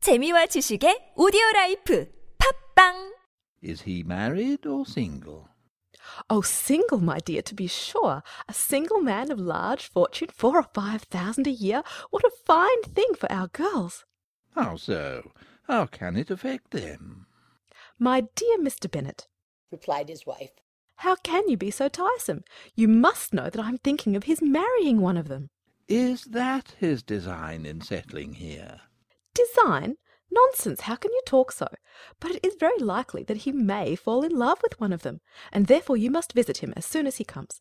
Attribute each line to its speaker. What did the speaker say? Speaker 1: 재미와 지식의 오디오 라이프 팝빵
Speaker 2: Is he married or single?
Speaker 3: Oh, single, my dear, to be sure. A single man of large fortune, four or five thousand a year. What a fine thing for our girls.
Speaker 2: How so? How can it affect them?
Speaker 3: My dear Mr. Bennet,
Speaker 4: replied his wife.
Speaker 3: how can you be so tiresome? You must know that I'm thinking of his marrying one of them.
Speaker 2: Is that his design in settling here?
Speaker 3: Design? Nonsense, how can you talk so? But it is very likely that he may fall in love with one of them, and therefore you must visit him as soon as he comes.